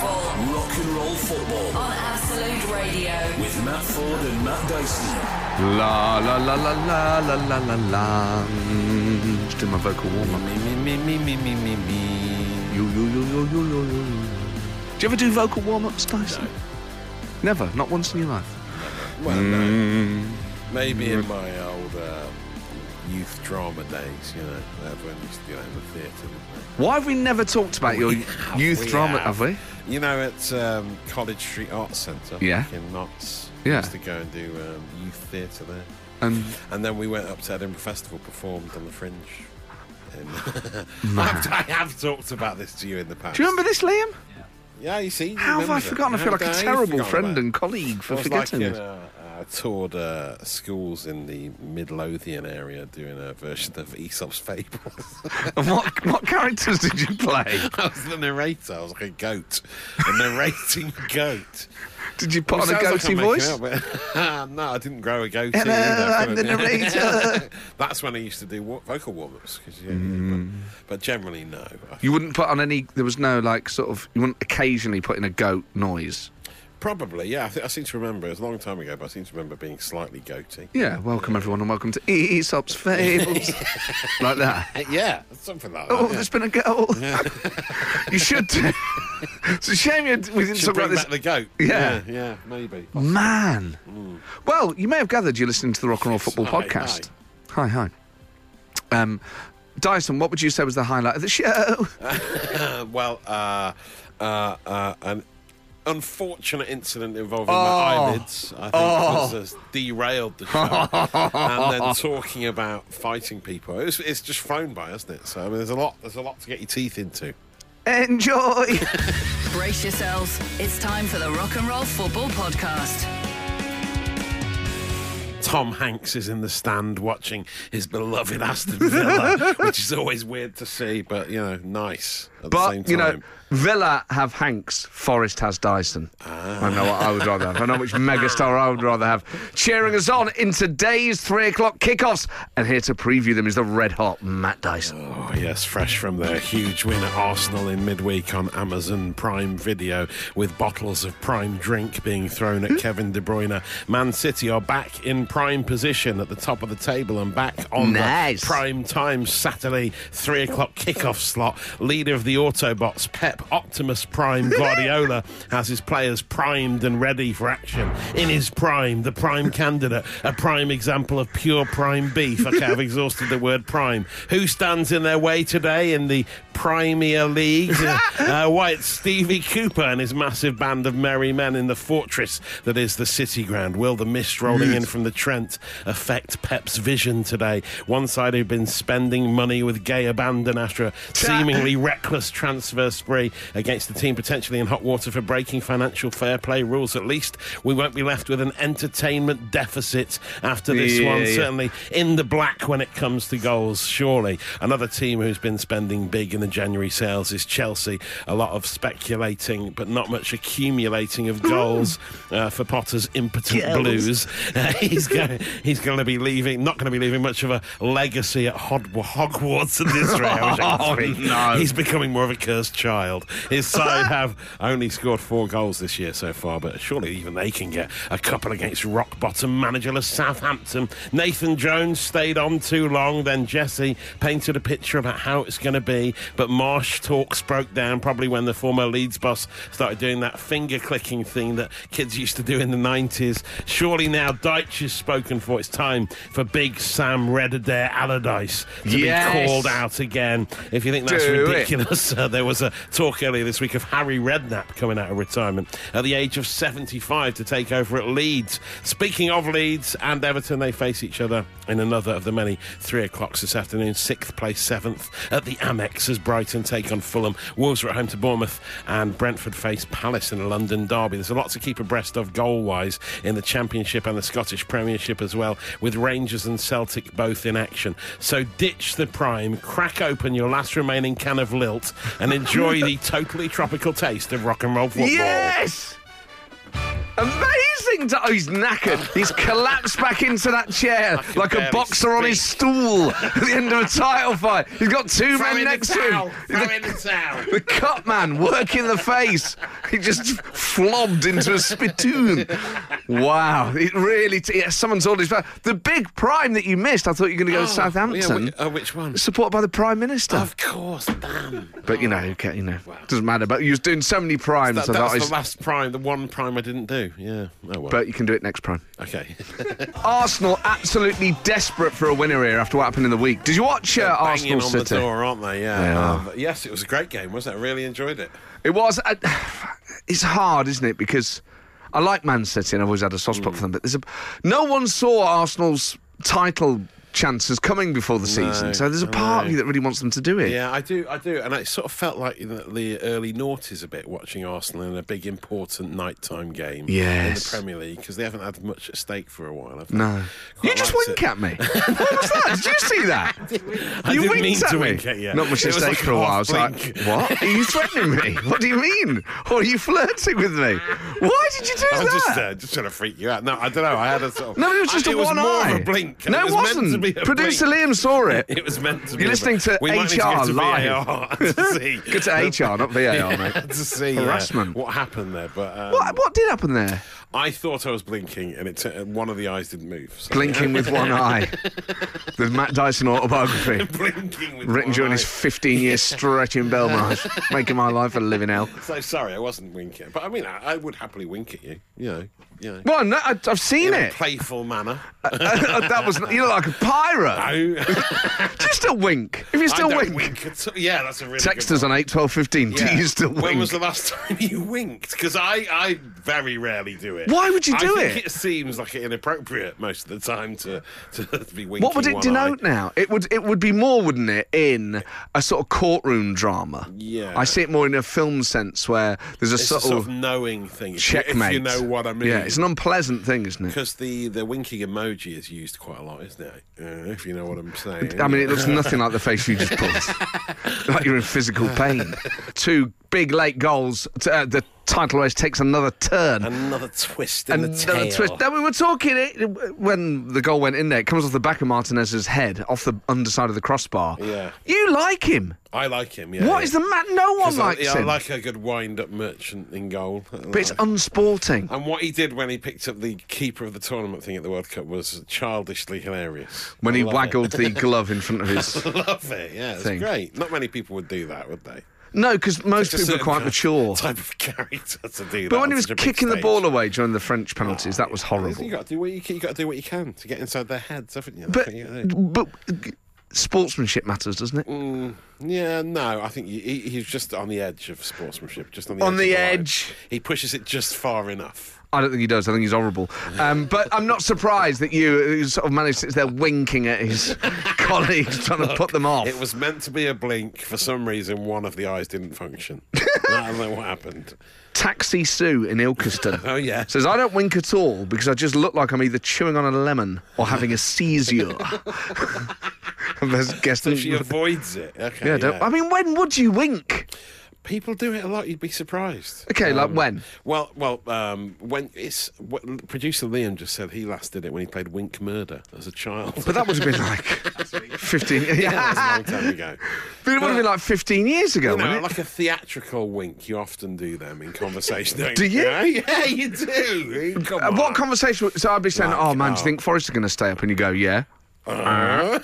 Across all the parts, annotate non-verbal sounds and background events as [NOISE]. Rock and roll football on Absolute Radio. with Matt Ford and Matt Dyson. La la la la la la la la la. Mm, Just do my vocal warm up. Me me me me me me me me. Yo yo yo yo yo yo yo. Do you ever do vocal warm ups, [LAUGHS] Dyson? Never. Not once in your life. Well, no. Hmm. Maybe in my old uh, youth drama days, you know, everyone used to go in the theatre, didn't Why have we never talked about your have, youth we drama? have. Have we? they? You know, at um, College Street Arts Centre, Yeah. back in Knox, Yeah. used to go and do um, youth theatre there. Um, And then we went up to Edinburgh Festival, performed on the Fringe. And [LAUGHS] I, have, I have talked about this to you in the past. do you remember this, Liam? Yeah, you see. you How have I remember. forgotten? I How feel like a dare you terrible forgot friend about it. and colleague for I was like forgetting in this. a, I toured uh, schools in the Midlothian area doing a version of Aesop's [LAUGHS] Fables. And [LAUGHS] what what characters did you play? I was the narrator. I was like a goat, a narrating [LAUGHS] goat. Did you put on a Sounds like goatee I'm making voice? up, but- [LAUGHS] no, I didn't grow a goatee. Hello, either. I'm [LAUGHS] the narrator. That's when I used to do wa- vocal warm-ups. 'cause you- Mm. but, but generally, no. I- You wouldn't put on any. There was no like sort of. You wouldn't occasionally put in a goat noise. Probably, yeah. I, think I seem to remember. It was a long time ago, but I seem to remember being slightly goatee. Yeah, welcome everyone, and welcome to Aesop's [LAUGHS] Fables, like that. Uh, yeah, something like that. Oh, yeah. there's been a goat. [LAUGHS] you should. do- it's a shame you, we didn't talk Should about bring this. back the goat. Yeah. yeah, yeah, maybe. Man. Well, you may have gathered you're listening to the Rock and Roll Football Mm. Hi, Podcast. Hi, hi. Um, Dyson, what would you say was the highlight of the show? Uh, well, uh, uh, uh, an unfortunate incident involving Oh. my eyelids, I think, has- has derailed the show. [LAUGHS] and then talking about fighting people, it's, it's just flown by, isn't it? So I mean, there's a lot, there's a lot to get your teeth into. Enjoy. Brace yourselves. It's time for the Rock and Roll Football Podcast. Tom Hanks is in the stand watching his beloved Aston [LAUGHS] Villa, which is always weird to see, but you know, nice at the same But time. you know, Villa have Hanks, Forest has Dyson. I know what I would rather have. I know which megastar I would rather have. Cheering us on in today's three o'clock kickoffs, and here to preview them is the red hot Matt Dyson. Oh, yes, fresh from their huge win at Arsenal in midweek on Amazon Prime Video, with bottles of prime drink being thrown at Kevin De Bruyne. Man City are back in prime position at the top of the table and back on Nice. the prime time Saturday three o'clock kickoff slot. Leader of the Autobots, Pep Optimus Prime Guardiola, has his players primed and ready for action. In his prime, the prime candidate, a prime example of pure prime beef. Okay, I've exhausted the word prime. Who stands in their way today in the Premier League? uh, why, it's Stevie Cooper and his massive band of merry men in the fortress that is the city ground. Will the mist rolling in from the Trent affect Pep's vision today? One side who've been spending money with gay abandon after a seemingly reckless transfer spree against the team potentially in hot water for breaking financial fair play rules. At least we won't be left with an entertainment deficit after this Yeah, one. yeah. Certainly in the black when it comes to goals, surely. Another team who's been spending big in the January sales is Chelsea. A lot of speculating, but not much accumulating of goals uh, for Potter's impotent Chels. [LAUGHS] blues. [LAUGHS] Uh, he's going he's going to be leaving, not going to be leaving much of a legacy at Hod- Hogwarts in this round. [LAUGHS] Oh, no. He's becoming more of a cursed child. [LAUGHS] His side have only scored four goals this year so far, but surely even they can get a couple against rock bottom managerless Southampton. Nathan Jones stayed on too long, then Jesse painted a picture about how it's going to be, but Marsh talks broke down probably when the former Leeds boss started doing that finger clicking thing that kids used to do in the 90s. Surely now Deitch has spoken for it's time for big Sam Redadair Allardyce to Yes. be called out again. If you think that's Do it. ridiculous, uh, there was a talk earlier this week of Harry Redknapp coming out of retirement at the age of 75 to take over at Leeds. Speaking of Leeds and Everton, they face each other in another of the many three o'clocks this afternoon. Sixth place, seventh at the Amex as Brighton take on Fulham. Wolves are at home to Bournemouth and Brentford face Palace in a London derby. There's a lot to keep abreast of goal wise in the Championship and the Scottish Premiership as well, with Rangers and Celtic both in action. So ditch the prime, crack open your last remaining can of lilt, and [LAUGHS] enjoy the totally tropical taste of rock and roll football. Yes. Amazing. listening to. Oh, he's knackered. He's collapsed back into that chair can like a barely boxer on his stool at the end of a title fight. He's got two Throw men in next the to towel. him. Throw in the towel. The cut man, work in the face. He just flobbed into a spittoon. Wow, it really. T- yeah, someone's all his. The big prime that you missed. I thought you were going to go to Southampton. Yeah, whi- uh, which one? Supported by the Prime Minister, Of course, damn. but you know, okay, you know, doesn't matter. But you was doing so many primes, That, I thought, that's it's- the last prime, the one prime I didn't do. Yeah. Oh well. but you can do it next prime. okay. Arsenal absolutely desperate for a winner here after what happened in the week. Did you watch uh, [LAUGHS] Banging Arsenal on City? the door, aren't they? Yeah. They are. but yes, it was a great game, wasn't it? I really enjoyed it. It was. Uh, it's hard, isn't it? Because I like Man City and I've always had a soft Mm. spot for them, but there's a, no one saw Arsenal's title chances coming before the season. So there's a part of you that really wants them to do it. Yeah, I do, I do, and it sort of felt like in the early noughties a bit watching Arsenal in a big important nighttime game Yes. in the Premier League because they haven't had much at stake for a while. Have they? No. Quite you just liked wink it. at me. what was that? Did you see that? [LAUGHS] I you didn't winked mean at to me. wink at you. Not much It at was stake like for a while. I was half like, blink. what? Are you threatening me? What do you mean? Or are you flirting with me? Why did you do I that? was just, uh, just trying to freak you out. No, I don't know. I had a sort of. No, it was I- just a it was one more eye. Of a blink. No, it, it, was wasn't. Meant to be a Producer blink. Liam saw it. [LAUGHS] It was meant to be. You're a listening blink. to we might need to HR go to [LAUGHS] live. VAR [LAUGHS] to see. Go to HR, not VAR, mate. to see uh, Harassment. what happened there, but um, What, what did happen there? I thought I was blinking, and it t- and one of the eyes didn't move. so- Blinking with one eye. The Matt Dyson autobiography. [LAUGHS] blinking with Written one during eye. his 15 [LAUGHS] year stretch in Belmarsh, making my life a living hell. So sorry, I wasn't winking. But I mean, I, I would happily wink at you. You know, you know. Well, no, I, I've seen In a it. [LAUGHS] playful manner. Uh, Oh, that was you look like a pirate. [LAUGHS] I Just a wink. If you still don't wink, at all. Yeah, that's a really text good us on eight twelve fifteen. Yeah. Do you still When wink? was the last [LAUGHS] time you winked? Because I, I very rarely do it. Why would you I do think it? it seems like inappropriate most of the time to, to, be winking. what would it one denote eye. now? It would it would be more, wouldn't it, in a sort of courtroom drama? Yeah. I see it more in a film sense where there's a It's sort, a sort of, of knowing thing. if you- checkmate. If you know what I mean. Yeah, it's an unpleasant thing, isn't it? Because the, the winking emoji is used quite a lot, isn't it? Uh, if you know what I'm saying. I mean, it looks nothing like the face you just [LAUGHS] put. like you're in physical pain. Two big late goals. T- uh, the title race takes another turn. another twist in the another tail. twist. Now we were talking it, when the goal went in there. It comes off the back of Martinez's head, off the underside of the crossbar. Yeah. you like him. I like him. What Yeah. is yeah. the matter? No one 'Cause I- likes yeah, I, him. like a good wind-up merchant in goal. but it's unsporting. and what he did when he picked up the keeper of the tournament thing at the World Cup was childishly hilarious. When I he love waggled the glove in front of [LAUGHS] his. it. [LAUGHS] love it. Yeah, it's Thing. great. Not many people would do that, would they? No, because most Just people are a quite mature. [LAUGHS] Type of character to do that. But when on he was such a big kicking the stage. ball away during the French penalties, that was horrible. You got to do what you you got to do what you can to get inside their heads, haven't you? But That's what you gotta do. but sportsmanship matters, doesn't it? Mm. Yeah, no, I think he, he- he's just on the edge of sportsmanship, just on the On edge the of line. edge. He pushes it just far enough. I don't think he does. I think he's horrible. Um, but I'm not surprised that you who sort of managed to sit there winking at [LAUGHS] his colleagues, trying to put them off. It was meant to be a blink. For some reason, one of the eyes didn't function. [LAUGHS] I don't know what happened. Taxi Sue in Ilkeston. [LAUGHS] Oh, yeah. Says, I don't wink at all because I just look like I'm either chewing on a lemon or having a [LAUGHS] seizure. [LAUGHS] That's guess So she avoids it. Mm. Okay. yeah, don't, I mean, when would you wink? people do it a lot. You'd be surprised. Okay, like when? Well, well, um, when it's what, producer Liam just said he last did it when he played Wink Murder as a child. [LAUGHS] [LAUGHS] But that would have been like 15. Yeah, That was a long [LAUGHS] time ago. But it would have been like 15 years ago, You know, wouldn't it? like a theatrical wink. You often do them [LAUGHS] in conversation. don't Do you? Yeah, [LAUGHS] yeah, you do. Come Uh, what on. conversation? would- So I'd be saying, Like, "Oh man, do oh. you think Forrest are going to stay up?" And you go, "Yeah." Ah,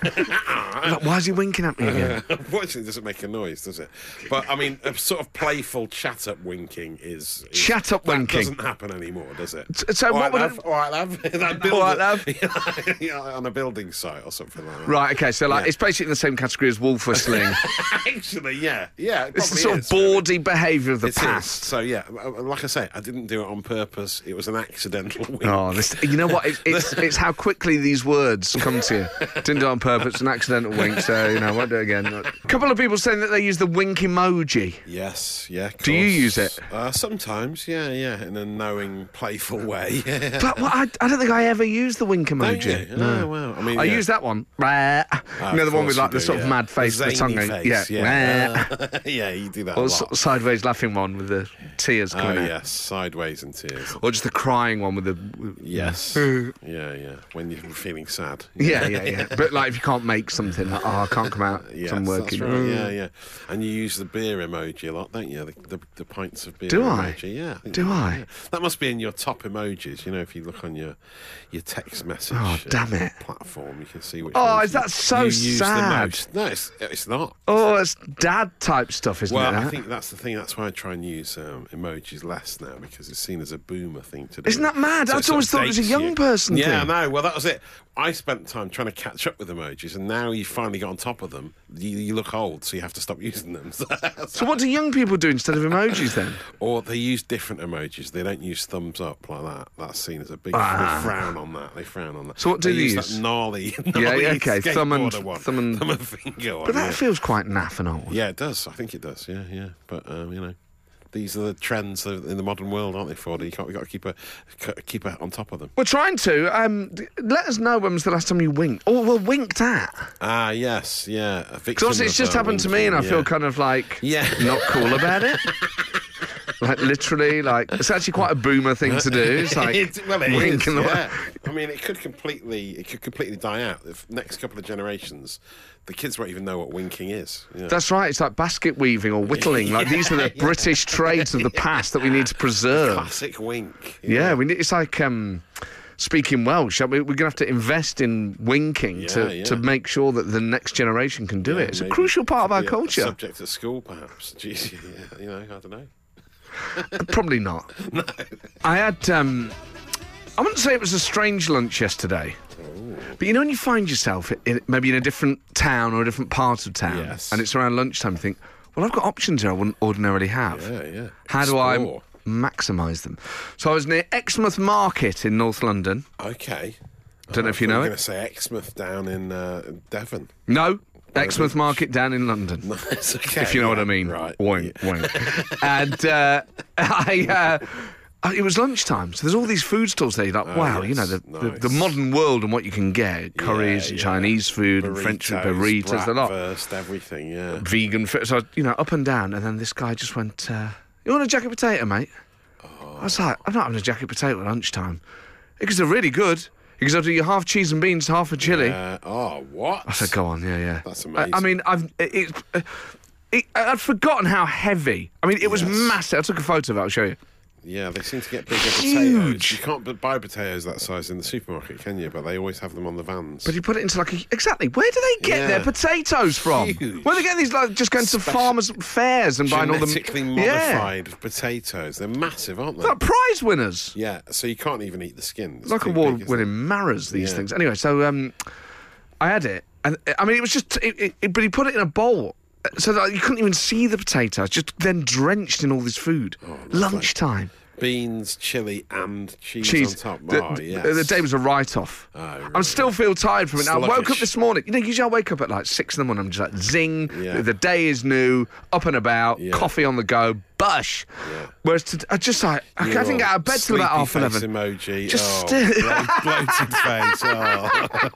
Like, why is he winking at me Uh-huh. again? Unfortunately, it doesn't make a noise, does it? But I mean, a sort of playful chat up winking is, is- Chat up that winking. Doesn't happen anymore, does it? so All what right, would love, it- all right, love. [LAUGHS] that All right, love. building- [LAUGHS] Yeah, on a building site or something like that. Right. Okay. So like, Yeah. it's basically in the same category as wolf whistling. [LAUGHS] Actually, yeah, yeah. It it's the probably sort is, of really. bawdy behaviour of the It is. past. So yeah, like I say, I didn't do it on purpose. It was an accidental [LAUGHS] wink. [LAUGHS] Oh, this, you know what? It's, it's, it's how quickly these words come to you. Didn't do it on purpose. It's an accidental wink, so you know, won't do it again. [LAUGHS] A couple of people saying that they use the wink emoji. Yes, yeah. of Do you course. use it? Uh, sometimes, yeah, yeah, in a knowing, playful way. [LAUGHS] Yeah. But well, I, I don't think I ever used the wink Don't you? emoji. Oh, wow. I mean, I yeah. use that one. Rah. Oh, you know the of one with course like you the do, sort of yeah. mad face, the, zany tongue face, out. yeah, Rah. yeah. Uh, [LAUGHS] yeah, you do that a Or s- lot. sideways laughing one with the tears Oh coming out. yes, sideways and tears. Or just the crying one with the. [LAUGHS] Yes. yeah, yeah. When you're feeling sad. Yeah, yeah, yeah. but like if you can't make something, like, oh, I can't come out Yes, from that's working. Mm. right, Yeah, yeah. And you use the beer emoji a lot, don't you? The, the, the pints of beer Do I? emoji. Yeah. think Do you- I? yeah. That must be in your top emojis. You know, if you look on your your text message Oh, uh, damn it. platform, you can see which. Oh, ones is you- that so you use the sad? most. No, it's, it's not. Oh, it's dad type stuff, isn't Well, it? I that? think that's the thing. That's why I try and use um, emojis less now because it's seen as a boomer thing to do. Isn't that mad? So I it sort always of thought it was a dates young you. person Yeah, thing. I know. Well, that was it. I spent time trying to catch up with emojis, and now you finally get on top of them. You, you look old, so you have to stop [LAUGHS] using them. So- So what do young people do instead of emojis [COUGHS] then? or they use different emojis. They don't use thumbs up like that. That's seen as a big Ah. they frown on that. They frown on that. So what do they you use? use? That gnarly, [LAUGHS] yeah, gnarly okay, thumb and- skateboarder one. thumb and- thumb and finger. one, But that yeah. feels quite naff and old. Yeah, it does. I think it does. Yeah, yeah. But um, you know, these are the trends that- in the modern world, aren't they? Ford, you can't. We got to keep a c- keep a, on top of them. We're trying to. Um, d- let us know when was the last time you winked or were winked at. Ah, yes, yeah. a victim Because it's of, just uh, happened to me, and I winking, feel yeah. kind of like Yeah. not cool about it. like literally, like it's actually quite a boomer thing to do. [LAUGHS] [LAUGHS] It's like It- well, it wink is, in the yeah. I mean, it could completely, it could completely die out. The next couple of generations, the kids won't even know what winking is. you know. That's right. It's like basket weaving or whittling. Like these are [LAUGHS] the British trades of the past that we need to preserve. classic wink. you Yeah, know. we need, it's like um, speaking Welsh. aren't we? We're going to have to invest in winking Yeah, to, yeah. to make sure that the next generation can do Yeah, it. It's a maybe crucial part of could our be a- a culture. subject at school, perhaps. [LAUGHS] Jeez, yeah, you know, I don't know. Probably [LAUGHS] not. I had. Um, I wouldn't say it was a strange lunch yesterday. But you know when you find yourself i in, maybe in a different town or a different part of town, Yes. and it's around lunchtime, you think, well, I've got options here I wouldn't ordinarily have. Yeah, yeah. How Explore. do I maximise them? So I was near Exmouth Market in North London. Okay. Don't know if you know I'm it. going to say Exmouth down in uh, in Devon. No, Exmouth Market down in London. It's [LAUGHS] okay. If you know what I yeah, mean. Right. Wink, wink. and uh, [LAUGHS] I. Uh, it was lunchtime, so there's all these food stalls there. You're like, wow, you know, Oh, yes, the, the, the nice. modern world and what you can get curries and Yeah, yeah. uh, Chinese food and French food, burritas, the lot. First, everything, yeah. Vegan food. So, you know, up and down. And then this guy just went, uh, You want a jacket potato, mate? I was like, I'm not having a jacket potato at lunchtime. Because they're really good. Because I'll do your half cheese and beans, half a chili. Uh, oh, what? I said, go on, yeah, yeah. That's I- I, amazing. mean, I've it, it, it, I'd forgotten how heavy. I mean, it was Yes. massive. I took a photo of it. I'll show you. Yeah, they seem to get bigger Huge. potatoes. You can't bu- buy potatoes that size in the supermarket, can you? But they always have them on the vans. But you put it into like a, exactly. Where do they get Yeah. their potatoes from? Huge. Where do they get these? Like just going to Special- farmers' fairs and buying all the Genetically Yeah, modified potatoes. They're massive, aren't they? like prize winners. Yeah, so you can't even eat the skin. It's like too big, isn't it? award-winning marras. These Yeah. things. Anyway, so um, I had it, and I mean, it was just. It, it, it- but he put it in a bowl. uh, So that you couldn't even see the potatoes, just then drenched in all this food. Oh, Lunchtime. Beans, chili, and cheese, cheese. on top. The, oh, the- yes. the day was a write off. right. I still feel tired from it. I woke up Sluggish. this morning. You know, usually I wake up at like six in the morning. I'm just like zing. Yeah. The day is new, up and about, Yeah. coffee on the go, bush. Yeah. Whereas to, I just like I, I didn't Your get out of bed till about sleepy half face eleven. Emoji. Just oh, still- blo- [LAUGHS] bloated face. Oh.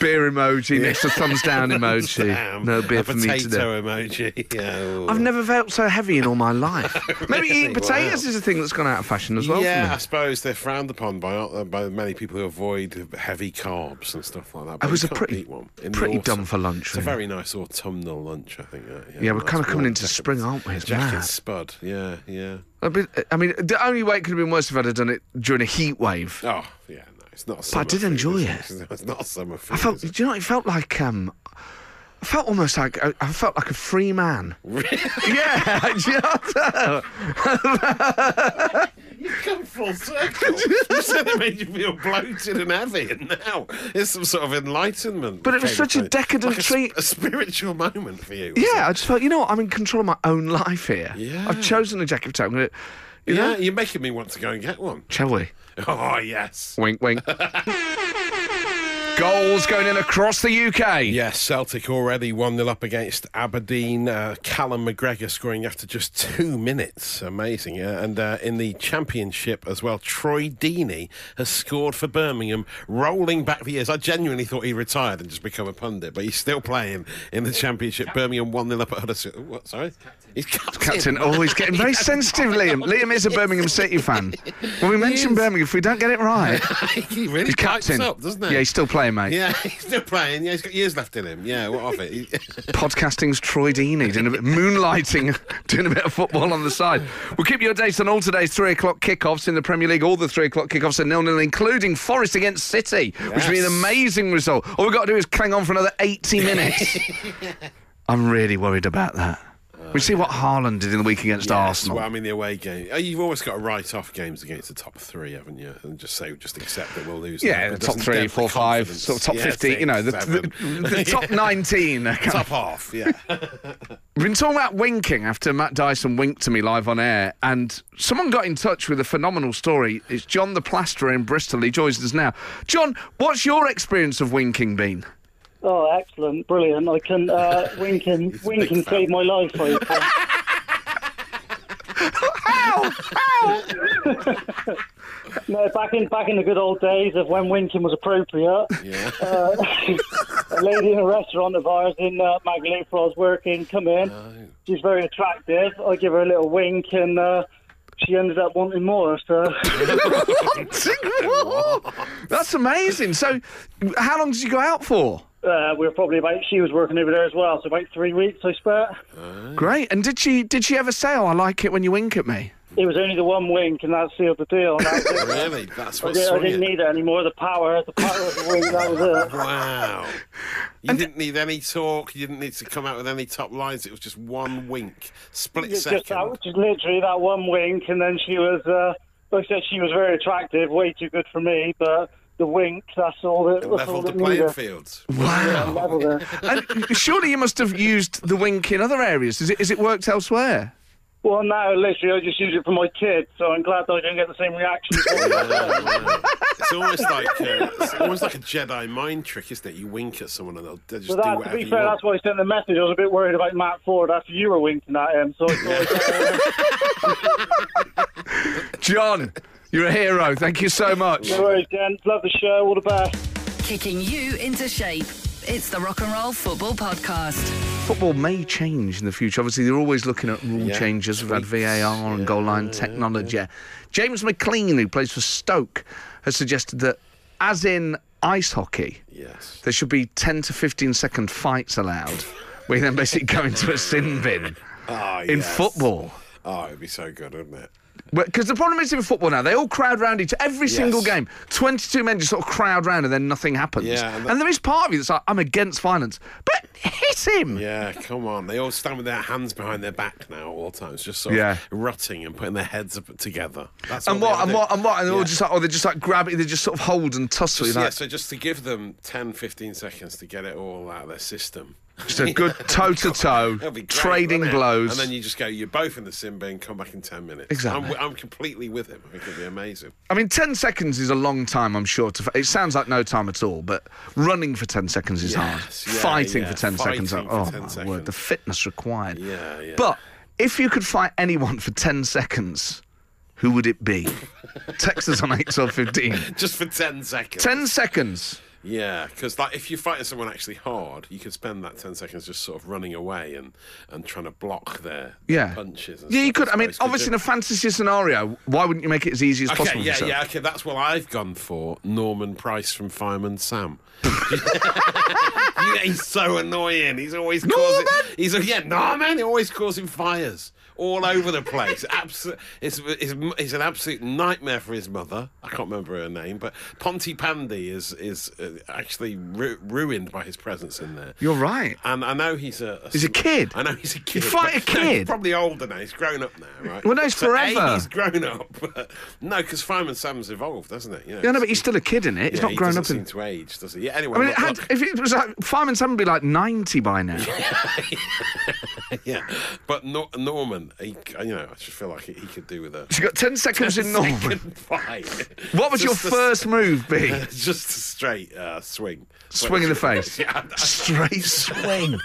Beer emoji next to thumbs [LAUGHS] down emoji. Damn. No beer A for potato me today. emoji. [LAUGHS] Yeah. oh. ooh. I've never felt so heavy in all my [LAUGHS] life. Maybe eating Wow. potatoes is a thing that's gone out of fashion as well. for yeah, me. I suppose they're frowned upon by uh, by many people who avoid heavy carbs and stuff like that. But It was you a can't pretty- eat one in the pretty autumn. dumb for lunch, It's really. a very nice autumnal lunch, I think. that, yeah, Yeah, we're Nice kind of coming warm into jacket- spring, aren't we? It's Jacket mad. spud. Yeah, yeah. A bit- I mean, the only way it could have been worse if I'd have done it during a heat wave. Oh, yeah. No, it's not. A summer did food, enjoy is [LAUGHS] It's not a summer food. I felt, is it? do you know, it felt like um, I felt almost like I, I felt like a free man. yeah, I just- come full circle. [LAUGHS] you said it made you feel bloated and heavy, and now it's some sort of enlightenment. But it was came such a about. decadent Like a sp- treat. A spiritual moment for you. wasn't yeah. I just felt, you know, what? I'm in control of my own life here. Yeah. I've chosen a jacket potato. I'm gonna, it? you Yeah, know, you're making [LAUGHS] me want to go and get one. shall we? Oh, yes. Wink, wink. Goals going in across the UK. Yes, Celtic already 1 0 up against Aberdeen. Uh, Callum McGregor scoring after just two minutes. Amazing. Yeah? And uh, in the championship as well, Troy Deeney has scored for Birmingham, rolling back the years. I genuinely thought he retired and just become a pundit, but he's still playing in the championship. Birmingham 1 0 up at Huddersfield. Ooh, What, sorry? He's captain. Captain, oh, he's getting very sensitive, Liam. Liam is a Birmingham City fan. When we mention Birmingham, if we don't get it right, [LAUGHS] he really he's pipes captain. up, doesn't he? Yeah, he's still playing, mate. Yeah, [LAUGHS] he's still playing. Yeah, he's got years left in him. Yeah, what of it? He- Podcasting's Troy Deeney, doing a bit moonlighting, [LAUGHS] doing a bit of football on the side. We'll keep you updated on all today's three o'clock kickoffs in the Premier League. All the three o'clock kickoffs are nil nil, including Forest against City, which would be an Yes. amazing result. All we've got to do is cling on for another [LAUGHS] 80 minutes. I'm really worried about that. we see what Haaland did in the week against Yes, Arsenal. Well, I mean, the away game. Oh, You've always got to write off games against the top three, haven't you? And just say, just accept that we'll lose. Yeah, It the top doesn't three, dent the four, five, confidence. sort of top Yeah, 15, you know, the, six, the, seven. the top 19. [LAUGHS] top half. Yeah, We've been talking about winking after Matt Dyson winked to me live on air, and someone got in touch with a phenomenal story. It's John the Plasterer in Bristol. He joins us now. John, what's your experience of winking [LAUGHS] been? Oh, excellent, brilliant! I [LAUGHS] can uh, wink and a wink big and fan. save my life. [LAUGHS] I Ow! Ow! no, back in back in the good old days of when winking was appropriate. yeah. Uh, [LAUGHS] a lady in a restaurant of ours in uh, Magaluf, where I was working, come in. Oh. She's very attractive. I give her a little wink, and uh, she ended up wanting more. So That's amazing. So, how long did you go out for? uh, we were probably about. She was working over there as well, so about three weeks, I spent. Great. And did she did she ever say, "Oh, I like it when you wink at me"? It was only the one wink, and that sealed the deal. That was [LAUGHS] it. really, that's I, what did, I swung didn't it. need it anymore. The power, the power of the wink, that was it. Wow, you didn't need any talk. You didn't need to come out with any top lines. It was just one wink, split It's second. just that, just literally that one wink, and then she was. Uh, like I said, she was very attractive, way too good for me. But the wink, that's all that. That's all Leveled the that playing needed. fields. Yeah, leveled it. And surely you must have used the wink in other areas. Is it is it worked elsewhere? Well, now literally, I just use it for my kids, so I'm glad that I don't get the same [LAUGHS] reaction. It's almost like uh, it's almost like a Jedi mind trick, isn't it? You wink at someone and they'll, they'll just But do that, to whatever be you fair, want. that's why I sent the message. I was a bit worried about Matt Ford after you were winking at him. So I thought, John, you're a hero. Thank you so much. no worries, gents. Love the show. All the best. Kicking you into shape. It's the Rock and Roll Football Podcast. Football may change in the future. Obviously, they're always looking at rule changes. We've had VAR and goal line technology. James McLean, who plays for Stoke, has suggested that, as in ice hockey, Yes. there should be 10 to 15 second fights allowed. We then basically go into a sin bin Ah, in yes. football. Oh, it'd be so good, wouldn't it? Because the problem is in football now, they all crowd round each every single game. Twenty-two men just sort of crowd round, and then nothing happens. Yeah, and, and there is part of you that's like, I'm against violence, but hit him. Yeah, come on. They all stand with their hands behind their back now all the time. It's just sort Yeah. of rotting and putting their heads up together. That's And they what all and do. what and what and they're all Yeah. just like, or they just like grab it, they just sort of hold and tussle. Just- you know? yeah, so just to give them 10, 15 seconds to get it all out of their system. Just a good toe-to-toe, [LAUGHS] That'd be great, trading wouldn't it? blows. And then you just go, you're both in the sin bin, come back in 10 minutes. Exactly. I'm, I'm completely with him. I think it'd be amazing. I mean, ten seconds is a long time, I'm sure. To f- it sounds like no time at all, but running for ten seconds is hard. Yes, yeah, Fighting yeah. for ten Fighting seconds, oh for my 10 word, seconds. the fitness required. Yeah, yeah. But if you could fight anyone for ten seconds, who would it [LAUGHS] be? Text us on eight twelve fifteen. Just for 10 seconds. Ten seconds. Yeah, because like if you're fighting someone actually hard, you could spend that ten seconds just sort of running away and, and trying to block their, their Yeah. punches. And Yeah, you stuff, could. I mean, suppose, could obviously, in you? a fantasy scenario, why wouldn't you make it as easy as Okay, possible? for yeah, yourself? yeah, okay. That's what I've gone for. Norman Price from Fireman Sam. [LAUGHS] yeah, he's so annoying. He's always Norman? causing. He's yeah, Norman. He's always causing fires all over the place. Absolute. It's, it's it's an absolute nightmare for his mother. I can't remember her name, but Ponty Pandy is is uh, actually ru- ruined by his presence in there. You're right. And I know he's a, He's a kid. I know he's a kid. fight a but- no, he's kid? probably older now. He's grown up now, right? Well, no, he's So, A, forever. he's grown up. [LAUGHS] But, no, because Fireman Sam's evolved, hasn't it? You know, Yeah, no, but he's still a kid in it. He's yeah, not he grown doesn't up in. seem to age, does he? Yeah, anyway, I mean, it look, had, [LAUGHS] look, if it was like Fireman Sam would be like 90 by now. yeah. But Nor- Norman and he, you know, I just feel like he, he could do with a So you got 10 seconds [LAUGHS] in Norman. second fight. What would your Just a- first move be? [LAUGHS] Just a straight uh, swing. Swing in the face. yeah, I- I- Straight swing.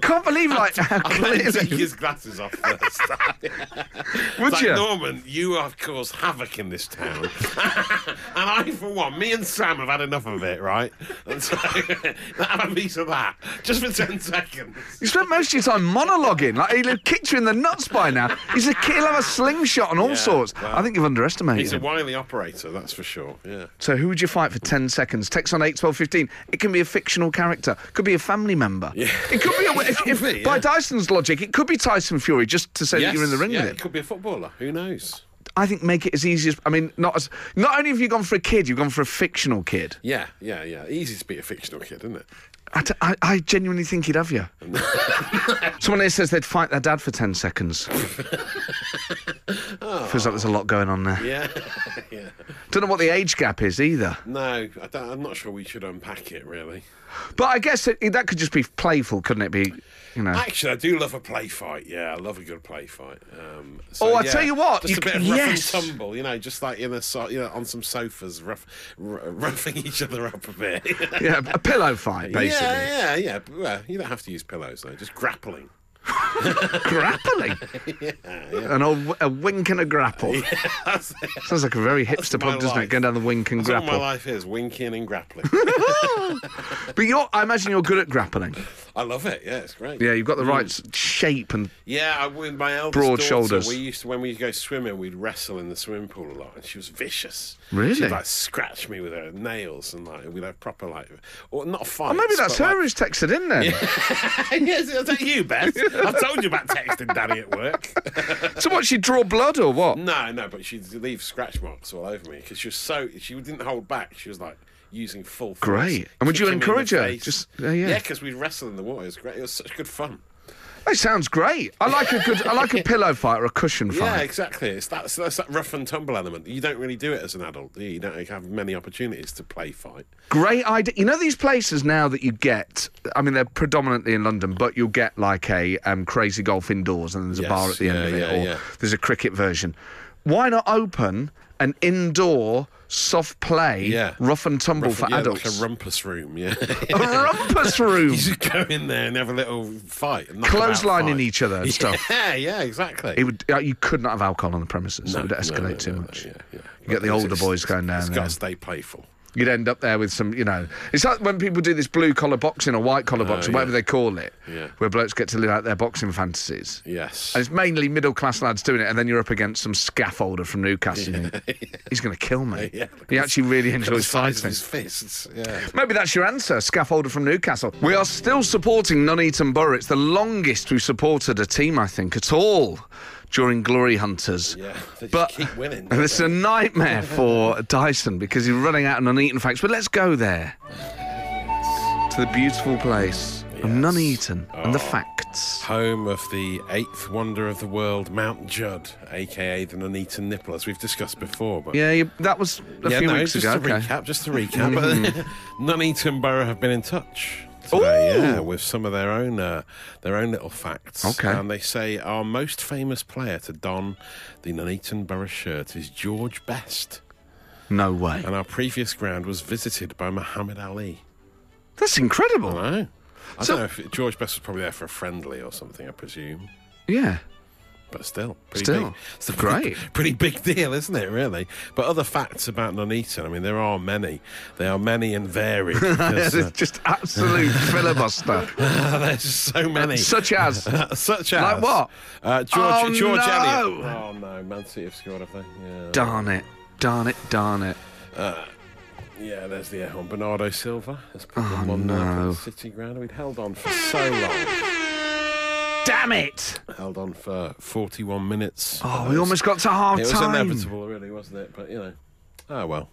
Can't believe like [LAUGHS] how I let him take clearly his glasses off first. [LAUGHS] would like, you? Norman, you have caused havoc in this town. [LAUGHS] and I, for one, me and Sam have had enough of it, right? [LAUGHS] And so, have a piece of that. Just for 10 seconds. You spent most of your time monologuing. Like he'll have kicked you in the nuts by now. He's a he'll have a slingshot and all Yeah, sorts. well, I think you've underestimated He's a him. wily operator, that's for sure. Yeah. So who would you fight for 10 seconds? Text on 8, 12, 15. It can be a fictional character. Could be a family member. It could [LAUGHS] be, a, if, if, be, yeah. by Dyson's logic, it could be Tyson Fury just to say that you're in the ring yeah, with It him. could be a footballer. Who knows? I think make it as easy as, I mean, not as, not only have you gone for a kid, you've gone for a fictional kid. Yeah, yeah, yeah. Easy to be a fictional kid, isn't it? I, d- I- I genuinely think he'd have [LAUGHS] you. Someone here says they'd fight their dad for 10 [LAUGHS] seconds. Feels like there's a lot going on there. Yeah. [LAUGHS] yeah. Don't know what the age gap is either. No, I don't, I'm not sure we should unpack it, really. But I guess it, that could just be playful, couldn't it be? You know. [LAUGHS] Actually, I do love a play fight. Yeah, I love a good play fight. Um, so, Oh, I yeah, tell you what, just you a bit of c- rough yes. and tumble. You know, just like in a so, you know, on some sofas, rough, r- roughing each other up a bit. [LAUGHS] yeah, a pillow fight, yeah, basically. yeah, yeah. but, Well, you don't have to use pillows though. Just grappling. [LAUGHS] Grappling. An old a wink and a grapple. That's, Sounds like a very hipster my pub, doesn't it? life. Going down the wink and that's all my grapple. life is winking [LAUGHS] and grappling. But you're, I imagine you're good at grappling. I love it. Yeah, it's great. Yeah, you've got the right Mm. s- shape and Yeah, I, with my eldest Broad daughter, shoulders. We used to, when we used to go swimming, we'd wrestle in the swimming pool a lot, and she was vicious. Really? She'd like scratch me with her nails, and like we'd have proper like, or not fight. Oh, maybe that's her who's texted in then. [LAUGHS] yes, is that you, Beth? I've told you about texting Daddy at work. [LAUGHS] So what? She draw blood or what? no, no, but she'd leave scratch marks all over me because she was so she didn't hold back. She was like. Using full force. Great. And would you kicking me in the encourage her? face. Just- yeah, yeah. Yeah, because we'd wrestle in the water. It was great. It was such good fun. That sounds great. I like a good. I like [LAUGHS] a pillow fight or a cushion Yeah, fight. exactly. It's that, so that's that rough and tumble element. You don't really do it as an adult. Do you? you don't have many opportunities to play fight. Great idea. You know these places now that you get. I mean, they're predominantly in London, but you'll get like a um, crazy golf indoors, and there's a Yes, bar at the end yeah, of it, yeah, or yeah. there's a cricket version. Why not open an indoor soft play, Yeah. rough and tumble Rough- for yeah, adults? Like a rumpus room, yeah. [LAUGHS] [LAUGHS] a rumpus room, you should go in there and have a little fight. a knockabout clotheslining fight. each other and stuff. [LAUGHS] Yeah, yeah, exactly. It would. uh, You could not have alcohol on the premises. it would escalate No, no, too no, no, much. yeah, yeah. You get the It's- older it's- boys going down It's there. got to stay playful. You'd end up there with some, you know. It's like when people do this blue collar boxing or white collar boxing, Uh, yeah. whatever they call it, Yeah. where blokes get to live out their boxing fantasies. Yes. And it's mainly middle class lads doing it, and then you're up against some scaffolder from [LAUGHS] Newcastle. and you think, He's going to kill me. Yeah. He actually really Look at the enjoys size of fighting. his fists. Yeah. Maybe that's your answer, scaffolder from Newcastle. We are still supporting Nuneaton Borough. It's the longest we've supported a team, I think, at all during Glory Hunters. Yeah. They just But keep winning. and [LAUGHS] it's a nightmare for [LAUGHS] Dyson because he's running out of Nuneaton facts. But let's go there to the beautiful place of Nuneaton and the Oh. facts. Home of the eighth wonder of the world, Mount Judd, aka the Nuneaton Nipple, as we've discussed before. But Yeah, you, that was a yeah, few no, weeks just ago. To okay. Mm-hmm. recap, just to recap, [LAUGHS] Nuneaton Borough have been in touch. Today, yeah, with some of their own uh, their own little facts. Okay. And they say our most famous player to don the Nuneaton Borough shirt is George Best. No way. And our previous ground was visited by Muhammad Ali. That's incredible. Wow. I So- don't know if George Best was probably there for a friendly or something, I presume. Yeah. But still, pretty Still, big. It's a pretty, great. pretty big deal, isn't it? Really. But other facts about Nuneaton. I mean, there are many. They are many [LAUGHS] and varied. because, uh, It's just absolute [LAUGHS] filibuster. there's so many. Such as. [LAUGHS] Such as Like what? Uh, George Oh, George no! Elliot. Oh no, Man City have scored, have they? Yeah. Darn it. Darn it. Darn it. Yeah, there's the air horn. Bernardo Silva has put them on Oh, no. the City ground. We'd held on for so long. Damn it. Held on for 41 minutes. Oh, we It was- almost got to half It was time. inevitable, really, wasn't it? But you know, oh well.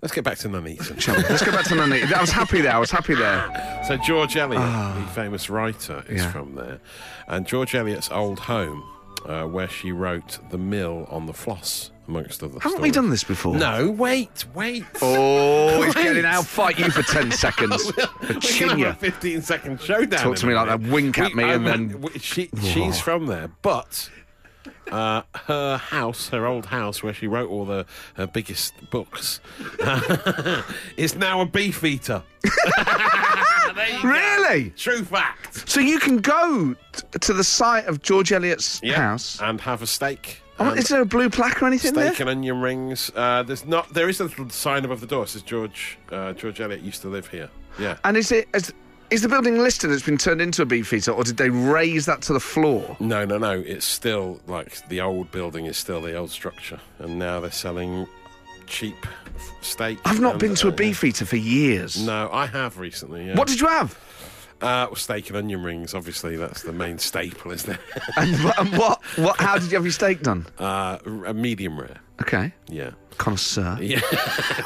Let's get back to Nuneaton. Shall we? Let's go back to Nuneaton. I was happy there. I was happy there. So George Eliot, the famous writer, is Ah. Yeah. from there, and George Eliot's old home, uh, where she wrote *The Mill on the Floss*, amongst other. Haven't we stories. done this before? No, wait, wait. [LAUGHS] Oh, he's Wait. getting out. Fight you for 10 seconds. [LAUGHS] A We're gonna chin have you. a 15 second showdown. Talk to in a me like minute. that, wink at me and mean, then- we- She, she's from there, but uh, her house, her old house where she wrote all the her biggest books, [LAUGHS] is now a beef eater. There you go. Really? True fact. So you can go t- to the site of George Eliot's Yeah. house. And have a steak. Oh, and is there a blue plaque or anything steak there? and onion rings. Uh, there's not. There is a little sign above the door. It says George. Uh, George Eliot used to live here. Yeah. And is it is, is the building listed as been turned into a beefeater, or did they raise that to the floor? No, no, no. It's still like the old building is still the old structure, and now they're selling cheap f- steak. I've not and, been to a uh, beefeater for years. No, I have recently. Yeah. What did you have? [LAUGHS] Uh, well, steak and onion rings. Obviously, that's the main [LAUGHS] staple, isn't it? And, wh- and what, what? How did you have your steak done? uh, r- a medium rare. Okay, Yeah. connoisseur. Yeah.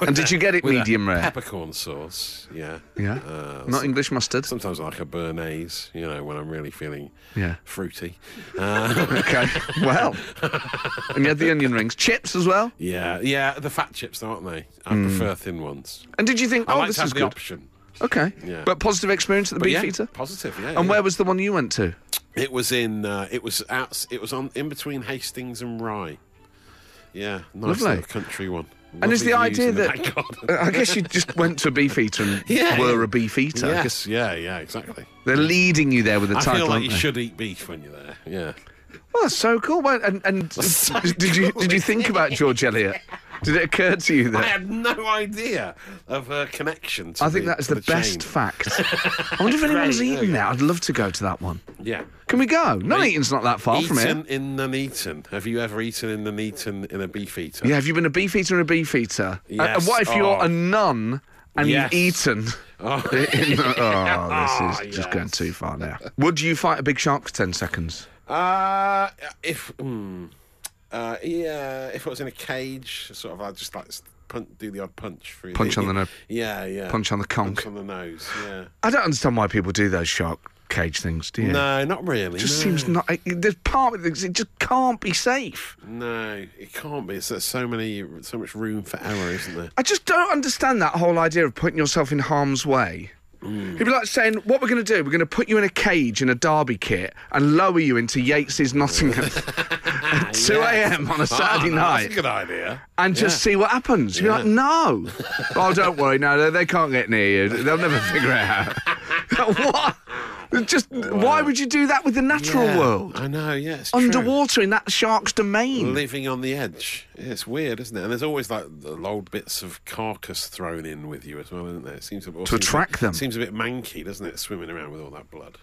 And did you get it With a medium rare? Peppercorn sauce. Yeah. Yeah. Uh, Not English mustard. Sometimes like a béarnaise, you know, when I'm really feeling Yeah. fruity. [LAUGHS] Okay. Well. and you had the onion rings, chips as well. Yeah, yeah, the fat chips, though, aren't they? I prefer thin ones. And did you think, I oh, like Hmm. this to have is the good? option. Okay. Yeah. But positive experience at the But yeah, beefeater. positive. Yeah. And yeah. where was the one you went to? It was in. Uh, it was out. It was on in between Hastings and Rye. Yeah, nice Lovely. little country one. And is Lovely the views idea in the that- back [LAUGHS] garden. I guess you just went to a beefeater and [LAUGHS] Yeah. were a beefeater. I guess yes, yeah, yeah, exactly. they're leading you there with the I title. feel like aren't you they? should eat beef when you're there. Yeah. Well, that's so cool. Well, and and [LAUGHS] so did you did you think about George [LAUGHS] Eliot? Did it occur to you I that? had no idea of her connection. To I think the, that is to the, chain. best [LAUGHS] fact. I wonder if anyone's Great, eaten that. I'd love to go to that one. Yeah. Can we go? Nuneaton's not that far from Eaten here. in Nuneaton. Have you ever eaten in Nuneaton in a beef eater? Yeah, have you been a beefeater and a beefeater? And- And Yes, what if you're oh. a nun and Yes. you've eaten? Oh. [LAUGHS] [LAUGHS] in the- oh, this is Oh, just yes. going too far now. Would you fight a big shark for 10 seconds? Uh, if mm, uh, yeah, if it was in a cage, sort of, I'd just like s- pun- do the odd punch through. Punch on the no- Yeah, yeah. punch on the conch. Punch on the nose. Yeah. I don't understand why people do those shark cage things, do you? No, not really. It just no. seems not. it- There's part of it, it just can't be safe. No, it can't be. It's, there's so many, so much room for error, isn't there? I just don't understand that whole idea of putting yourself in harm's way. Mm. He'd be like saying, What we're going to do, we're going to put you in a cage in a derby kit and lower you into Yates's Nottingham [LAUGHS] at 2 Yes. a.m. on Ah, a Saturday night. That's a good idea. and just see what happens. You're like, no. oh, don't worry. No, they, they can't get near you. They'll never figure it out. [LAUGHS] what? Just why would you do that with the natural Yeah, world? I know. Yeah. It's true. Mm. Underwater in that shark's domain. Living on the edge. Yeah, It's weird, isn't it? And there's always like the old bits of carcass thrown in with you as well, isn't there? It seems a bit, to attract them. Seems a bit manky, doesn't it? Swimming around with all that blood.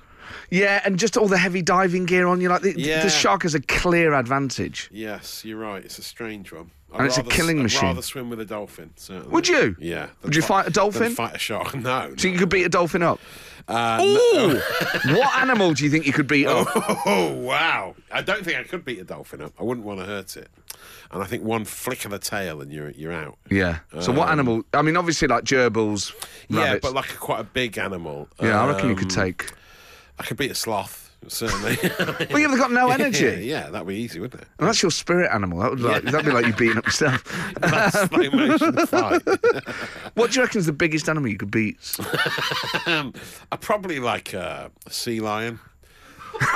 yeah, and just all the heavy diving gear on you. Like the, Yeah. the shark has a clear advantage. Yes, you're right. It's a strange one. I'd And it's a rather s- killing I'd machine. rather swim with a dolphin. Certainly. Would you? Yeah. than Would you fight a than dolphin? fight a shark? [LAUGHS] No. So you could beat a dolphin up. Uh, Ooh! no. what animal do you think you could beat up? [LAUGHS] Oh wow! I don't think I could beat a dolphin up. I wouldn't want to hurt it. And I think one flick of the tail and you're you're out. Yeah. So what animal? I mean, obviously like gerbils, Um, Yeah, rabbits. but like a, quite a big animal. yeah, I reckon you could Um, take. I could beat a sloth, [LAUGHS] certainly. Well, yeah, they've got no energy. [LAUGHS] yeah, yeah, that'd be easy, wouldn't it? [LAUGHS] And that's your spirit animal. That would like, that'd be like you beating up yourself. That's slow motion fight. what do you reckon is the biggest animal you could beat? Um, I probably like uh, a [LAUGHS] sea lion.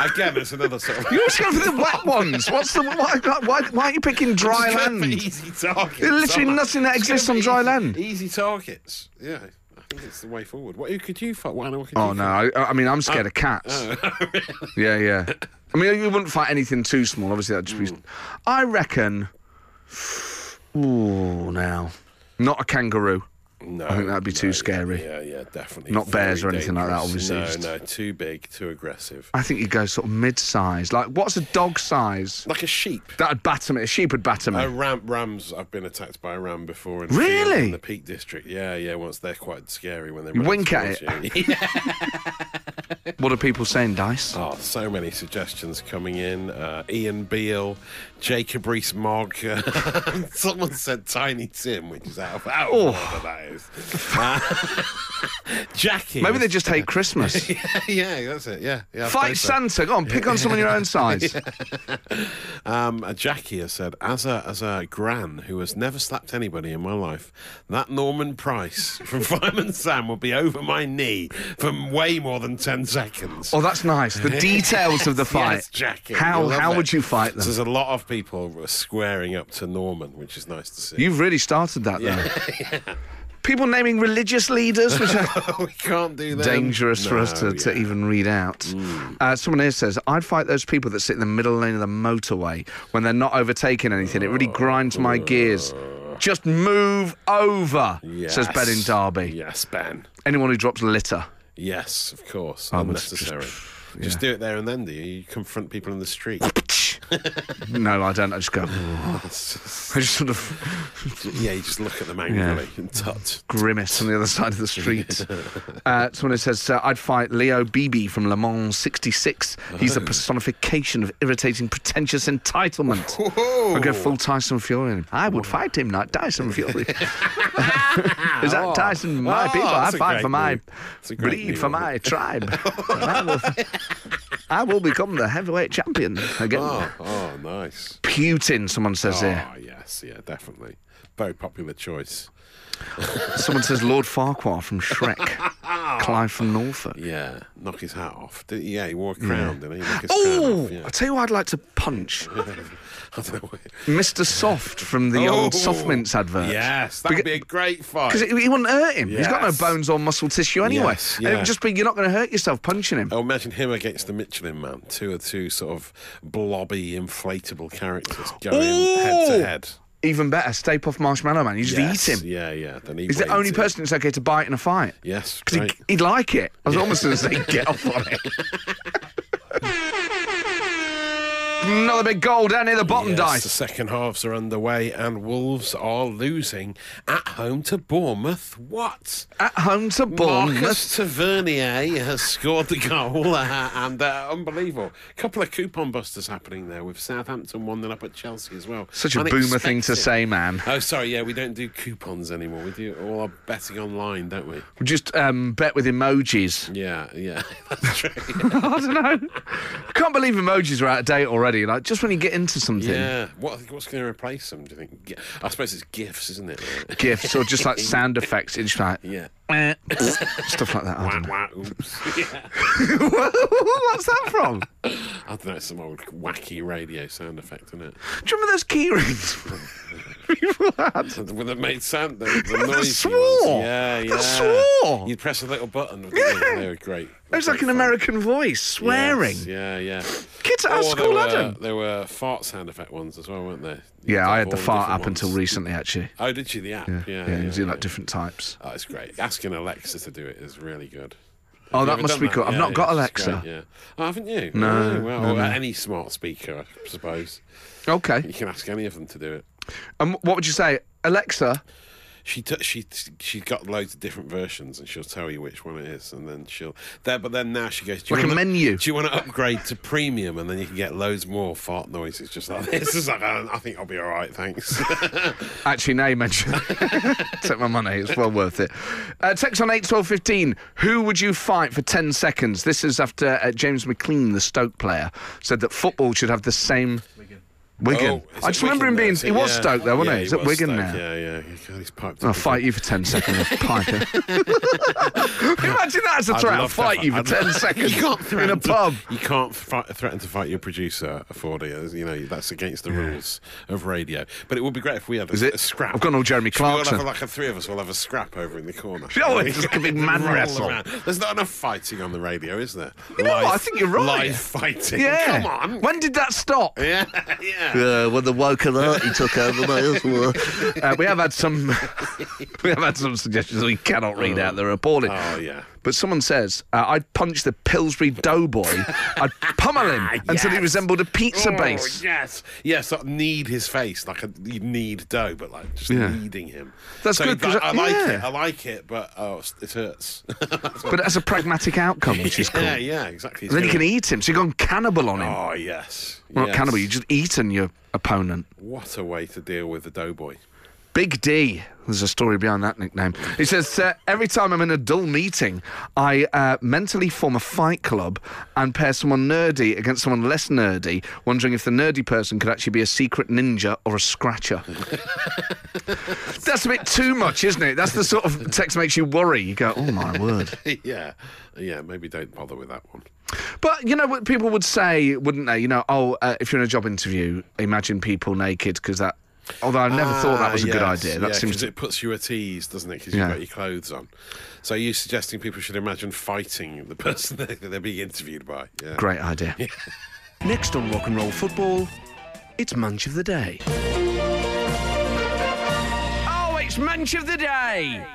Again, it's another sort of. You always go for the wet ones. What's the why? Why, why aren't you picking dry Just go for land? [LAUGHS] Easy targets. There's literally Someone- nothing that Just exists go for on dry easy- land. Easy targets. Yeah, I think it's the way forward. What who could you fight? What animal could Oh you Oh. no! fight? I, I mean, I'm scared of cats. [LAUGHS] Yeah, yeah. I mean, you wouldn't fight anything too small. Obviously, that'd just Mm. be. I reckon. Ooh, now, not a kangaroo. No, I think that'd be too yeah, scary. Yeah, yeah, definitely. Not bears Very or anything like that, dangerous. obviously. No, no, too big, too aggressive. I think you'd go sort of mid-size. Like, what's a dog size? Like a sheep. That'd batter me. A sheep would batter me. A ram, rams. I've been attacked by a ram before. In a field Hmm. Really? in the Peak District. Yeah, yeah. Once they're quite scary when they You run wink at towards you. [LAUGHS] [LAUGHS] Yeah. What are people saying, Dice? Oh, so many suggestions coming in. Uh, Ian Beale, Jacob Rees-Mogg. [LAUGHS] uh, Someone said Tiny Tim, which is out of out Oh. of order. That is. Uh, [LAUGHS] Jackie. Maybe they just hate Christmas. [LAUGHS] yeah, that's it. Yeah, yeah. I Fight suppose so. Santa. Go on, pick on someone your own [LAUGHS] size. Um, uh, Jackie has said, as a as a gran who has never slapped anybody in my life, [LAUGHS] that Norman Price from Fireman Sam will be over my knee for way more than ten 10 seconds. Oh, that's nice. [LAUGHS] The details of the fight. Yes, Jackie. I How love how it. would you fight So them? there's a lot of people who are squaring up to Norman, which is nice to see. [LAUGHS] You've really started that, then. People naming religious leaders, which are Oh, we can't do that. dangerous for us to, to even read out. Uh, someone here says, I'd fight those people that sit in the middle lane of the motorway when they're not overtaking anything. It really grinds my gears. Just move over, says Ben in Derby. Yes, Ben. Anyone who drops litter. Yes, of course. I would Unnecessary. Just, do it there and then, do you? You confront people in [LAUGHS] the street. no, I don't. I just go. I just sort of yeah, you just look at them angrily and tut. grimace on the other side of the street. [LAUGHS] uh, someone who says, uh, I'd fight Leo Beebe from Le Mans 66. He's the personification of irritating, pretentious entitlement. I'd go full Tyson Fury on him. I would fight him like Tyson [LAUGHS] Fury. [LAUGHS] Is that Tyson? My Oh, people. I that's a fight great for my move. That's a great breed, move. for [LAUGHS] my tribe. I, will, I will become the heavyweight champion again. Oh, oh, nice. Putin, someone says here. Oh, yes, yeah, definitely. Very popular choice. Someone says Lord Farquhar from [LAUGHS] Shrek. Clive from Norfolk. Yeah, knock his hat off. Did, yeah, he wore a crown, didn't he? Knock his crown Oh, off, yeah. [LAUGHS] I tell you what I'd like to punch. I don't [LAUGHS] know where- Mr. Soft from the old soft mints advert. Oh. Yes, that'd be a great fight. Because he wouldn't hurt him. He's got no Yes. bones or muscle tissue anyway. Yes, And it yeah. would just be, you're not going to hurt yourself punching him. Oh, imagine him against the Michelin Man. Two or two sort of blobby, inflatable characters going head Ooh! to head. Even better, Stay Puff Marshmallow Man. You just Yes, Oh! eat him. Yeah, yeah. Then he He's the wins only it. person it's okay to bite in a fight. Yes, Because great. he'd like it. I was almost going to [LAUGHS] say, get off on it. Another big goal down near the bottom Yes, dice. The second halves are underway, and Wolves are losing at home to Bournemouth. What? At home to Bournemouth. Marcus Tavernier has scored the goal, [LAUGHS] uh, and uh, unbelievable. A couple of coupon busters happening there with Southampton one then up at Chelsea as well. Such a boomer thing to Unexpected. say, man. Oh, sorry. Yeah, we don't do coupons anymore. We do all our betting online, don't we? We Just um, bet with emojis. Yeah, yeah. [LAUGHS] [LAUGHS] That's true. I don't know. I can't believe emojis are out of date already. Like just when you get into something, yeah. What, what's going to replace them? Do you think? Gi- I suppose it's gifts, isn't it? [LAUGHS] gifts or just like sound effects, it's just like Yeah. eh, [LAUGHS] stuff like that. I Wah, don't know. wah, oops. Yeah. [LAUGHS] What's that from? Do I don't know. It's some old wacky radio sound effect, isn't it? [LAUGHS] you remember those key rings? People had. Well, that made sound. The, the They noisy swore. Ones. Yeah, They yeah. swore. You'd press a little button. wouldn't Yeah. you? They were great. It was like an Great fun. American voice swearing. Yes, yeah, yeah. Kids at our Or school there had were, uh, 'em. There were fart sound effect ones as well, weren't there? You Yeah, could I have had the all fart different up until ones. recently, actually. Oh, did you? The app? Yeah, yeah. you do like yeah. different types. Oh, it's great. Asking Alexa to do it is really good. Oh, Have you that ever must done be cool. I've Yeah, not yeah, got it's Alexa. great, yeah. Oh, haven't you? No, Oh, well, no, or no. any smart speaker, I suppose. You Okay. can ask any of them to do it. And what would you say, Alexa? She t- she she's got loads of different versions, and she'll tell you which one it is, and then she'll there. But then now she goes, do you Like a wanna- menu. Do you want to upgrade to premium, and then you can get loads more fart noises just like this? It's like "Oh, I, I think I'll be all right, thanks. Actually, now you mention [LAUGHS] Take my money, it's well worth it. Uh, text on 81215. Who would you fight for 10 seconds? This is after uh, James McLean, the Stoke player, said that football should have the same. Wigan. Wigan. Oh, is I it just remember Wigan him now, being. is He was Yeah. Stoke, though, wasn't yeah, he? He's at was Wigan Stoke, now. Oh, Yeah, yeah. God, he's piped. I'll up fight again. you for 10 [LAUGHS] seconds, Piker. Imagine that as a I'd threat. I'll love to fight you for I'd 10 love- [LAUGHS] seconds You can't in threaten a pub. To, you can't fi- threaten to fight your producer for it. You know that's against the rules of radio. But it would be great if we had a, Is it? a scrap. I've gone all Jeremy Should we all Clarkson. have a- like a three of us. We'll have a scrap over in the corner. [LAUGHS] Oh, it's [LAUGHS] just a big man Roll wrestle. around. There's not enough fighting on the radio, is there? You know what? I think you're right. Live fighting. Yeah. Come on. When did that [LAUGHS] stop? Yeah, yeah. [LAUGHS] Uh, when the woke he took over, uh, we have had some, [LAUGHS] we have had some suggestions we cannot read out. They're appalling. Oh, yeah. But someone says uh, I'd punch the Pillsbury Doughboy. I'd [LAUGHS] pummel him until he Ah, Yes. resembled a pizza Oh, base. Yes, yes. Like need his face, like a, you need dough, but like just Yeah. needing him. That's good, 'cause Like, I- I like yeah. it. I like it, but oh, it's- it hurts. [LAUGHS] But that's a pragmatic outcome, which is cool. Yeah, yeah, exactly. And then you can It's eat him. So you've gone cannibal on him. gonna- Oh yes. well, yes. not cannibal. You've just eaten your opponent. What a way to deal with the doughboy. Big D. There's a story behind that nickname. He says, uh, Every time I'm in a dull meeting, I uh, mentally form a fight club and pair someone nerdy against someone less nerdy, wondering if the nerdy person could actually be a secret ninja or a scratcher. [LAUGHS] That's a bit too much, isn't it? That's the sort of text makes you worry. You go, Oh my word. [LAUGHS] yeah, yeah. Maybe don't bother with that one. But you know what people would say, wouldn't they? You know, oh, uh, if you're in a job interview, imagine people naked because that. Although I never thought that was a good Ah, yes. idea. That yeah, seems 'cause to. it puts you at ease, doesn't it? Because Yeah. you've got your clothes on. So you're suggesting people should imagine fighting the [LAUGHS] person that they're being interviewed by. Yeah. Great idea. [LAUGHS] Next on Rock and Roll Football, it's Munch of the Day. Oh, it's Munch of the Day!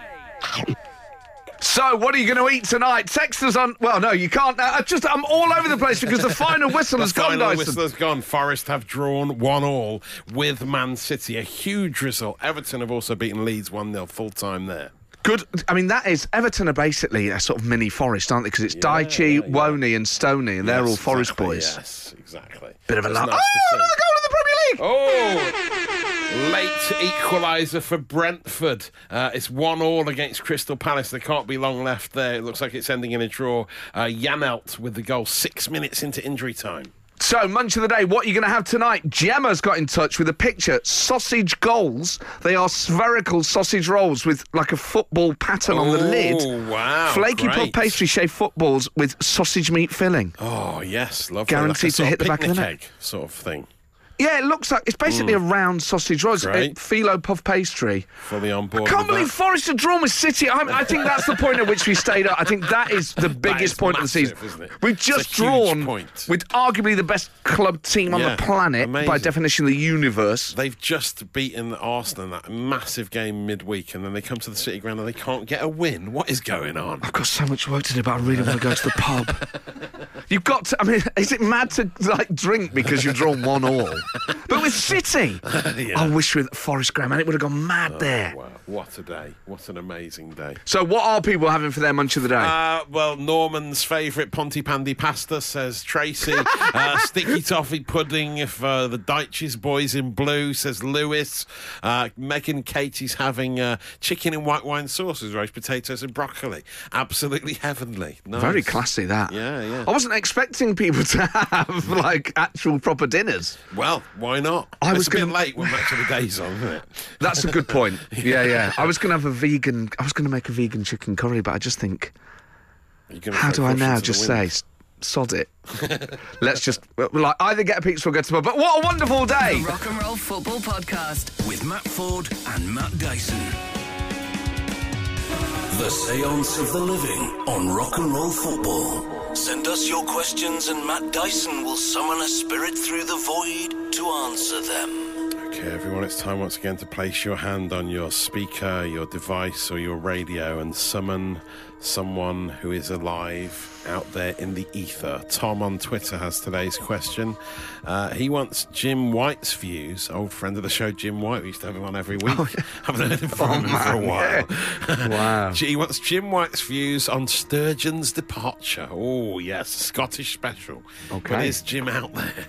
So, what are you going to eat tonight? Text us on. Well, no, you can't. Uh, I just, I'm all over the place because the [LAUGHS] final whistle has gone, Final Dyson. whistle has gone. Forest have drawn one all with Man City. A huge result. Everton have also beaten Leeds 1 0 full time there. Good. I mean, that is Everton are basically a sort of mini Forest, aren't they? Because it's Daichi, Woney, and Stoney, and they're Yes, all Forest exactly, boys. Yes, exactly. Bit of a It's laugh. nice to oh, see. another goal in the Premier League! Oh! Late equaliser for Brentford. Uh, it's one all against Crystal Palace. There can't be long left there. It looks like it's ending in a draw. Uh, Janelt with the goal six minutes into injury time. So, Munch of the Day, what are you going to have tonight? Gemma's got in touch with a picture. Sausage goals. They are spherical sausage rolls with like a football pattern on the Oh, lid. wow, Flaky puff great. pastry shaped footballs with sausage meat filling. Oh yes, lovely. Guaranteed Like a to sort of hit the back of the picnic net. egg sort of thing. Yeah, it looks like it's basically a round sausage roll. It's a Great. phyllo puff pastry. Fully on board. Can't with believe that. Forest are drawn with City. I'm, I think that's the point at which we stayed up. I think that is [LAUGHS] the biggest is point of the massive, season. isn't it? We've It's just a huge drawn point. with arguably the best club team on Yeah, the planet, by amazing. definition, the universe. They've just beaten Arsenal in that massive game midweek, and then they come to the City Ground and they can't get a win. What is going on? I've got so much work to do, but I really want to go to the [LAUGHS] pub. You've got to. I mean, is it mad to like drink because you've drawn one [LAUGHS] all? But with City, I wish with Forest Graham, and it would have gone Oh, mad there. Wow, what a day! What an amazing day. So, what are people having for their munch of the day? Uh, well, Norman's favourite Ponty Pandy pasta [LAUGHS] says Tracy. uh, sticky toffee pudding for the Deitches boys in blue says Lewis. Uh, Megan Katie's having uh, chicken and white wine sauces, roast potatoes and broccoli. Absolutely heavenly. Nice. Very classy, that. Yeah, yeah. I wasn't expecting people to [LAUGHS] have like actual proper dinners. Well, why not? I it's was a bit gonna- [LAUGHS] late when Match of the Day's on, isn't it? That's a good [LAUGHS] point. yeah, yeah. I was going to have a vegan. I was going to make a vegan chicken curry, but I just think, You're gonna how throw do I caution to now the just wind. say, "S- sod it? Let's just well, like either get a pizza or go to the pub. But what a wonderful day! [LAUGHS] The Rock and Roll Football Podcast. with Matt Ford and Matt Dyson. The Seance of the Living on Rock and Roll Football. Send us your questions and Matt Dyson will summon a spirit through the void to answer them. Okay, everyone, it's time once again to place your hand on your speaker, your device, or your radio and summon someone who is alive out there in the ether. Tom on Twitter has today's question. Uh, he wants Jim White's views, old friend of the show, Jim White. We used to have him on every week. Haven't heard him [LAUGHS] from him for a while. [LAUGHS] Wow. He wants Jim White's views on Sturgeon's departure. Oh, yes, Scottish special. Okay. But is Jim out there?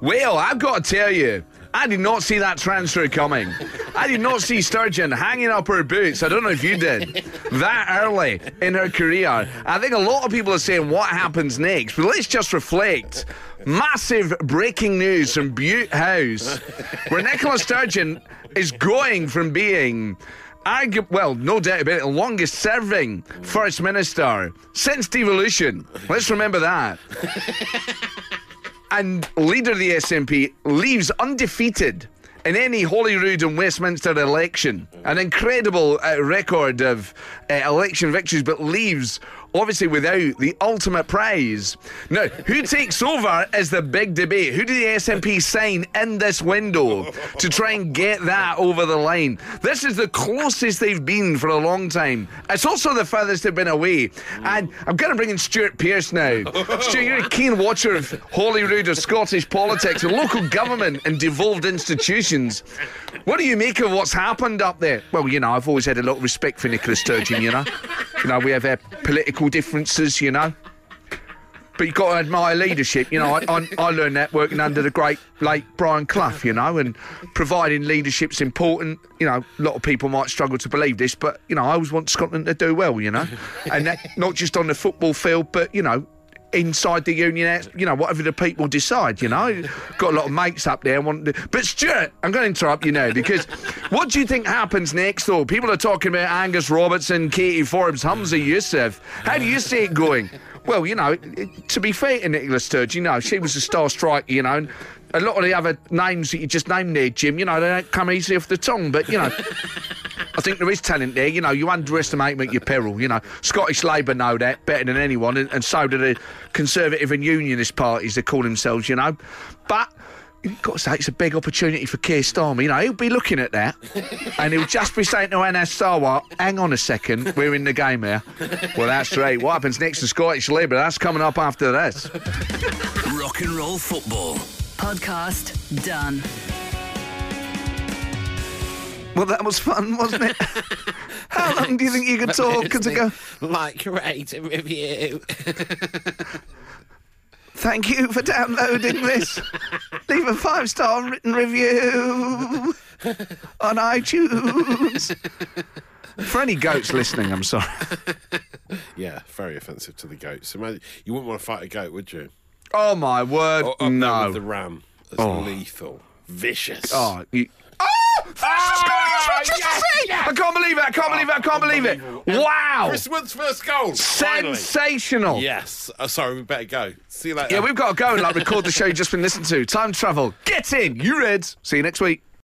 Will, I've got to tell you, I did not see that transfer coming. I did not see Sturgeon hanging up her boots. I don't know if you did. That early in her career. I think a lot of people are saying what happens next, but let's just reflect. Massive breaking news from Butte House, where Nicola Sturgeon is going from being. Argu- well, no doubt about it, the longest serving First Minister since devolution. Let's remember that and leader of the SNP leaves undefeated in any Holyrood and Westminster election. An incredible uh, record of uh, election victories, but leaves obviously without the ultimate prize. Now, who takes over is the big debate. Who do the SNP sign in this window to try and get that over the line? This is the closest they've been for a long time. It's also the furthest they've been away. And I'm going to bring in Stuart Pearce now. Stuart, you're a keen watcher of Holyrood of Scottish politics and local government and devolved institutions. What do you make of what's happened up there? Well, you know, I've always had a lot of respect for Nicola Sturgeon, you know. You know, we have our political differences, you know. But you've got to admire leadership. You know, I, I, I learned that working under the great late Brian Clough, you know, and providing leadership's important. You know, a lot of people might struggle to believe this, but, you know, I always want Scotland to do well, you know. And that, not just on the football field, but, you know, inside the union, out- you know, whatever the people decide, you know. Got a lot of mates up there. Want to, but Stuart, I'm going to interrupt you now because what do you think happens next, though? People are talking about Angus Robertson, Katie Forbes, Hamza Youssef. How do you see it going? Well, you know, it- it- to be fair to Nicola Sturgeon, you know, she was a star striker, you know, and a lot of the other names that you just named there, Jim, you know, they don't come easy off the tongue, but, you know, I think there is talent there. You know, you underestimate them at your peril. You know, Scottish Labour know that better than anyone, and, and so do the Conservative and Unionist parties, they call themselves, you know. But you've got to say, it's a big opportunity for Keir Starmer. You know, he'll be looking at that, and he'll just be saying to Anas Sarwar, hang on a second, we're in the game here. Well, that's right. What happens next to Scottish Labour? That's coming up after this. Rock and roll football. Podcast done. Well, that was fun, wasn't it? [LAUGHS] How long do you think you could talk? Because go, [LAUGHS] Like, rate, and review. Thank you for downloading this. [LAUGHS] Leave a five star written review on iTunes. For any goats listening, I'm sorry. Yeah, very offensive to the goats. Imagine, you wouldn't want to fight a goat, would you? Oh my word, Or up there with the no. ram. That's lethal, vicious. Oh, you. Oh, Ah! Scottish Manchester City! I can't believe it! I can't believe it! I can't believe it! Wow! Chris Wood's first goal. Finally. Sensational! Yes. Oh, sorry, we better go. See you later. Yeah, we've got to go and like record the show you've just been listening to. Time travel. Get in, you Reds. See you next week.